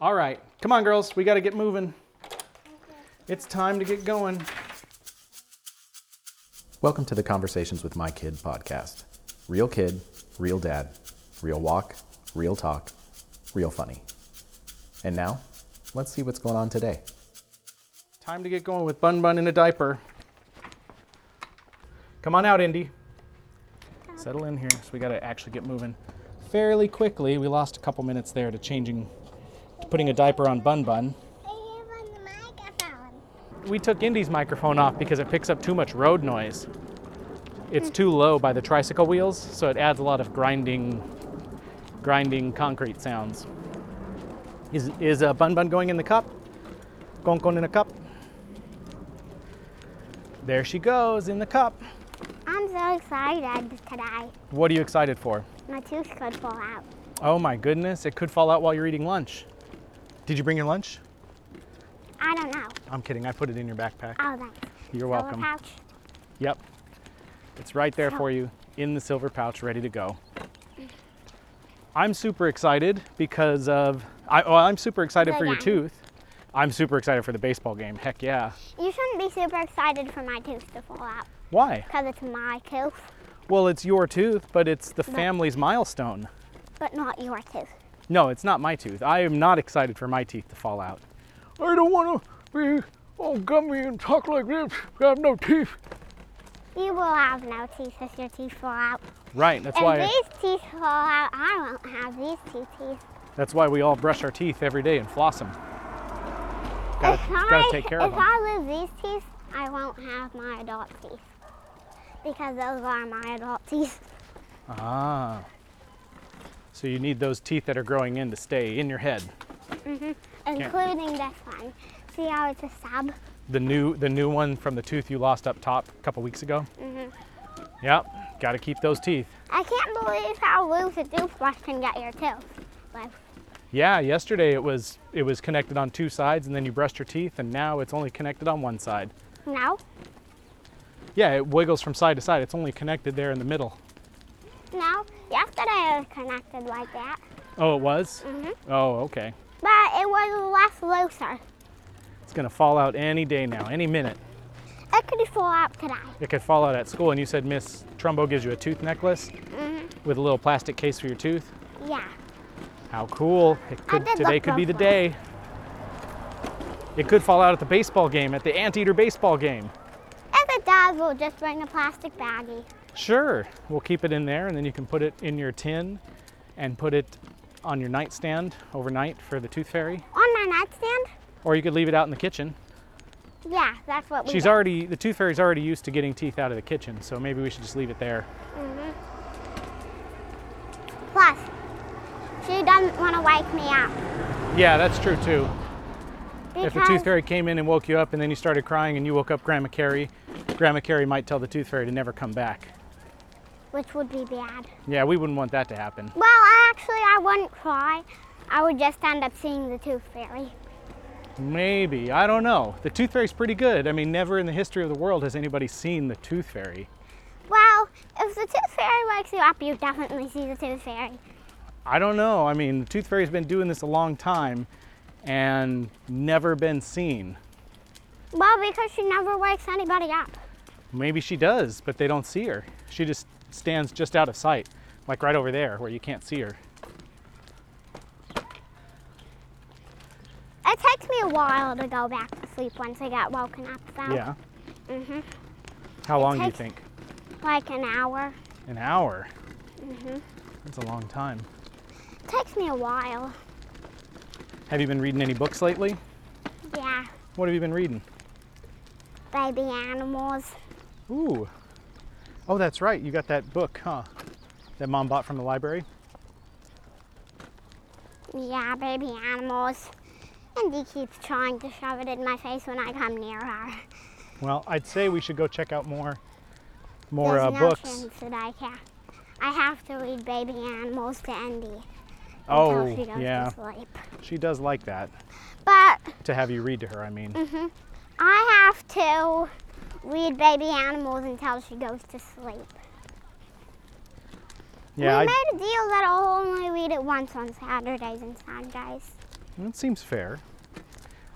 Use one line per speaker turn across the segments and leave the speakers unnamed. All right, come on, girls. We got to get moving. It's time to get going.
Welcome to the Conversations with My Kid podcast. Real kid, real dad, real walk, real talk, real funny. And now, let's see what's going on today.
Time to get going with Bun Bun in a diaper. Come on out, Indy. Settle in here. So we got to actually get moving fairly quickly. We lost a couple minutes there to changing, to putting a diaper on Bun Bun.
I have on the microphone.
We took Indy's microphone off because it picks up too much road noise. It's too low by the tricycle wheels, so it adds a lot of grinding, grinding concrete sounds. Is is a bun bun going in the cup? Gon gon in a cup. There she goes in the cup.
I'm so excited today.
What are you excited for?
My tooth could fall out.
Oh my goodness! It could fall out while you're eating lunch. Did you bring your lunch?
I don't know.
I'm kidding. I put it in your backpack.
Oh, thanks.
You're
Silver
welcome.
pouch.
Yep. It's right there for you in the silver pouch, ready to go. I'm super excited because of, I, well, I'm super excited
The
for your
gun.
tooth. I'm super excited for the baseball game. Heck yeah.
You shouldn't be super excited for my tooth to fall out
Why?
because it's my tooth,
Well, it's your tooth, but it's the family's milestone.
but not your tooth.
No, it's not my tooth. I am not excited for my teeth to fall out. I don't want to be all gummy and talk like this. I have no teeth.
You will have no teeth if your teeth fall out.
Right. That's
If
why.
these teeth fall out, I won't have these two teeth.
That's why we all brush our teeth every day and floss them. Gotta,
if
gotta
I,
take care
if
of them.
I lose these teeth, I won't have my adult teeth because those are my adult teeth.
Ah. So you need those teeth that are growing in to stay in your head.
including this one. See how it's a sub?
The new the new one from the tooth you lost up top a couple weeks ago. Mm-hmm. Yep. Got to keep those teeth.
I can't believe how loose a toothbrush can get your tooth. Like,
Yeah. Yesterday it was it was connected on two sides, and then you brushed your teeth, and now it's only connected on one side.
no,
Yeah. It wiggles from side to side. It's only connected there in the middle.
no. Yesterday it was connected like that,
Oh, it was.
Mhm.
Oh, okay.
but it was less looser.
It's gonna fall out any day now, any minute.
It could fall out today.
It could fall out at school, and you said Miss Trumbo gives you a tooth necklace with a little plastic case for your tooth.
Yeah.
How cool. It could,
did
today
look
could be the
both
day. It could fall out at the baseball game, at the anteater baseball game.
If it does, we'll just bring a plastic baggie.
Sure, we'll keep it in there and then you can put it in your tin and put it on your nightstand overnight for the tooth fairy.
On my nightstand?
Or you could leave it out in the kitchen.
Yeah, that's what we
She's
did.
already, the tooth fairy's already used to getting teeth out of the kitchen, so maybe we should just leave it there.
Plus, she doesn't want to wake me up.
Yeah, that's true too.
Because
If the tooth fairy came in and woke you up and then you started crying and you woke up Grandma Carrie, Grandma Carrie might tell the tooth fairy to never come back.
Which would be bad.
Yeah, we wouldn't want that to happen.
Well, I actually, I wouldn't cry. I would just end up seeing the tooth fairy.
Maybe. I don't know. The Tooth Fairy's pretty good. I mean, never in the history of the world has anybody seen the Tooth Fairy.
Well, if the tooth fairy wakes you up, you definitely see the tooth fairy.
I don't know. I mean, the Tooth Fairy's been doing this a long time and never been seen.
Well, because she never wakes anybody up.
Maybe she does, but they don't see her. She just stands just out of sight, like right over there where you can't see her.
It takes me a while to go back to sleep once I get woken up, though.
Yeah. How long
takes-
do you think?
Like an hour.
An hour. That's a long time.
It takes me a while.
Have you been reading any books lately?
Yeah,
What have you been reading?
baby animals.
Ooh. Oh, that's right. You got that book, huh? That mom bought from the library.
Yeah, baby animals. And he keeps trying to shove it in my face when I come near her.
Well, I'd say we should go check out more, more
There's
uh,
no
books.
chance that I can. I have to read baby animals to Andy.
Oh,
until she goes
yeah.
to sleep.
She does like that
But
to have you read to her. I mean,
I have to read baby animals until she goes to sleep.
yeah, I,
we made a deal that I'll only read it once on Saturdays and Sundays.
That seems fair.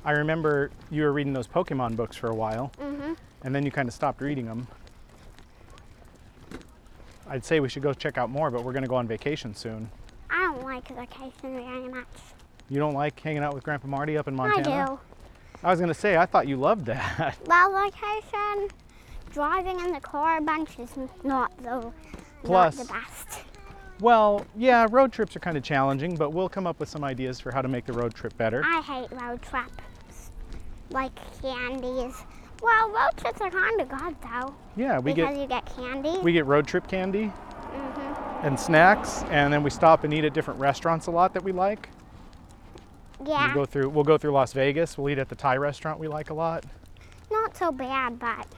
I remember you were reading those Pokemon books for a while,
Mm-hmm.
and then you kind of stopped reading them. I'd say we should go check out more, but we're going to go on vacation soon.
I don't like vacation very much.
You don't like hanging out with Grandpa Marty up in
I
Montana?
do.
I was going to say, I thought you loved that.
Well, vacation, driving in the car a bunch is not the,
Plus-
not the best.
well, yeah, road trips are kind of challenging, but we'll come up with some ideas for how to make the road trip better.
I hate road trips, like candies. Well, road trips are kind of good though,
yeah, we
because
get
you get candy.
we get road trip candy
Mm-hmm.
and snacks, and then we stop and eat at different restaurants a lot that we like.
yeah,
We'll go through. We'll go through Las Vegas. We'll eat at the Thai restaurant we like a lot,
not so bad, but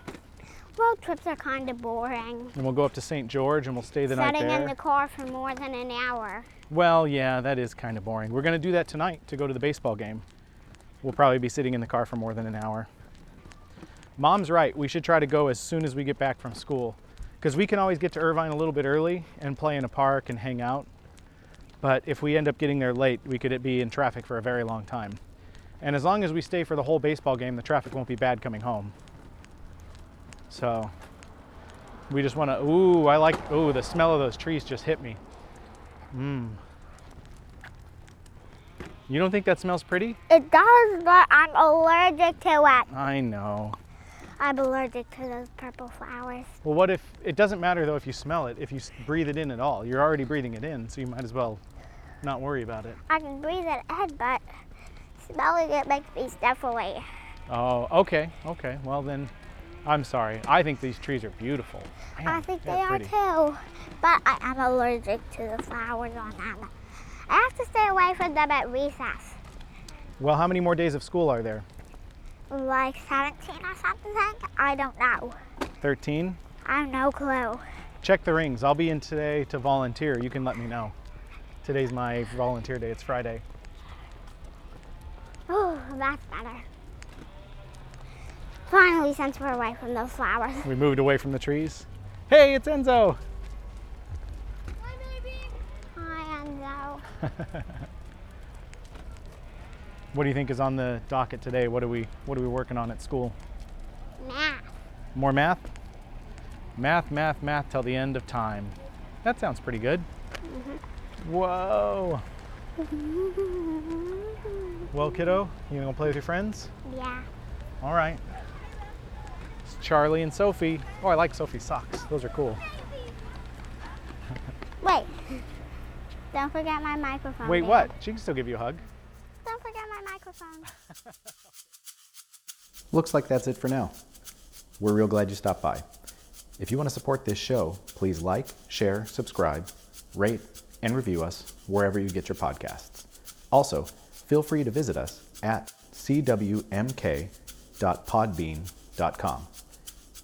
road trips are kind of boring.
and we'll go up to St. George and we'll stay the night
Sitting
there.
in the car for more than an hour.
Well, yeah, that is kind of boring. We're gonna do that tonight to go to the baseball game. We'll probably be sitting in the car for more than an hour. Mom's right. We should try to go as soon as we get back from school, because we can always get to Irvine a little bit early and play in a park and hang out. But if we end up getting there late, we could be in traffic for a very long time. And as long as we stay for the whole baseball game, the traffic won't be bad coming home. So we just want to. Ooh, I like. Ooh, the smell of those trees just hit me. You don't think that smells pretty?
It does, but I'm allergic to it.
I know.
I'm allergic to those purple flowers.
Well, what if it doesn't matter though if you smell it, if you s- breathe it in at all? You're already breathing it in, so you might as well not worry about it.
I can breathe it in, but smelling it makes me step away.
Oh, okay, okay. Well, then I'm sorry. I think these trees are beautiful. Man,
I think they
they're
are
pretty.
too, but I am allergic to the flowers on them. I have to stay away from them at recess,
Well, how many more days of school are there?
like 17 or something. I don't know.
13?
I have no clue.
Check the rings. I'll be in today to volunteer. You can let me know. Today's my volunteer day. It's Friday.
Oh, that's better. Finally, since we're away from those flowers.
We moved away from the trees. Hey, it's Enzo.
Hi, baby. Hi, Enzo.
What do you think is on the docket today? What are we what are we working on at school?
Math.
More math? Math, math, math till the end of time. That sounds pretty good. Whoa. Well, kiddo, you gonna play with your friends?
Yeah.
All right. It's Charlie and Sophie. Oh, I like Sophie's socks. Those are cool.
Wait. Don't forget my microphone.
Wait,
babe.
what? She can still give you a hug.
Don't forget my microphone.
Looks like that's it for now. We're real glad you stopped by. If you want to support this show, please like, share, subscribe, rate, and review us wherever you get your podcasts. Also, feel free to visit us at cwmk.podbean.com.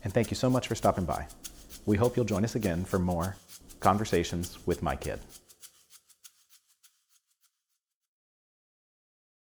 And thank you so much for stopping by. We hope you'll join us again for more Conversations with My Kid.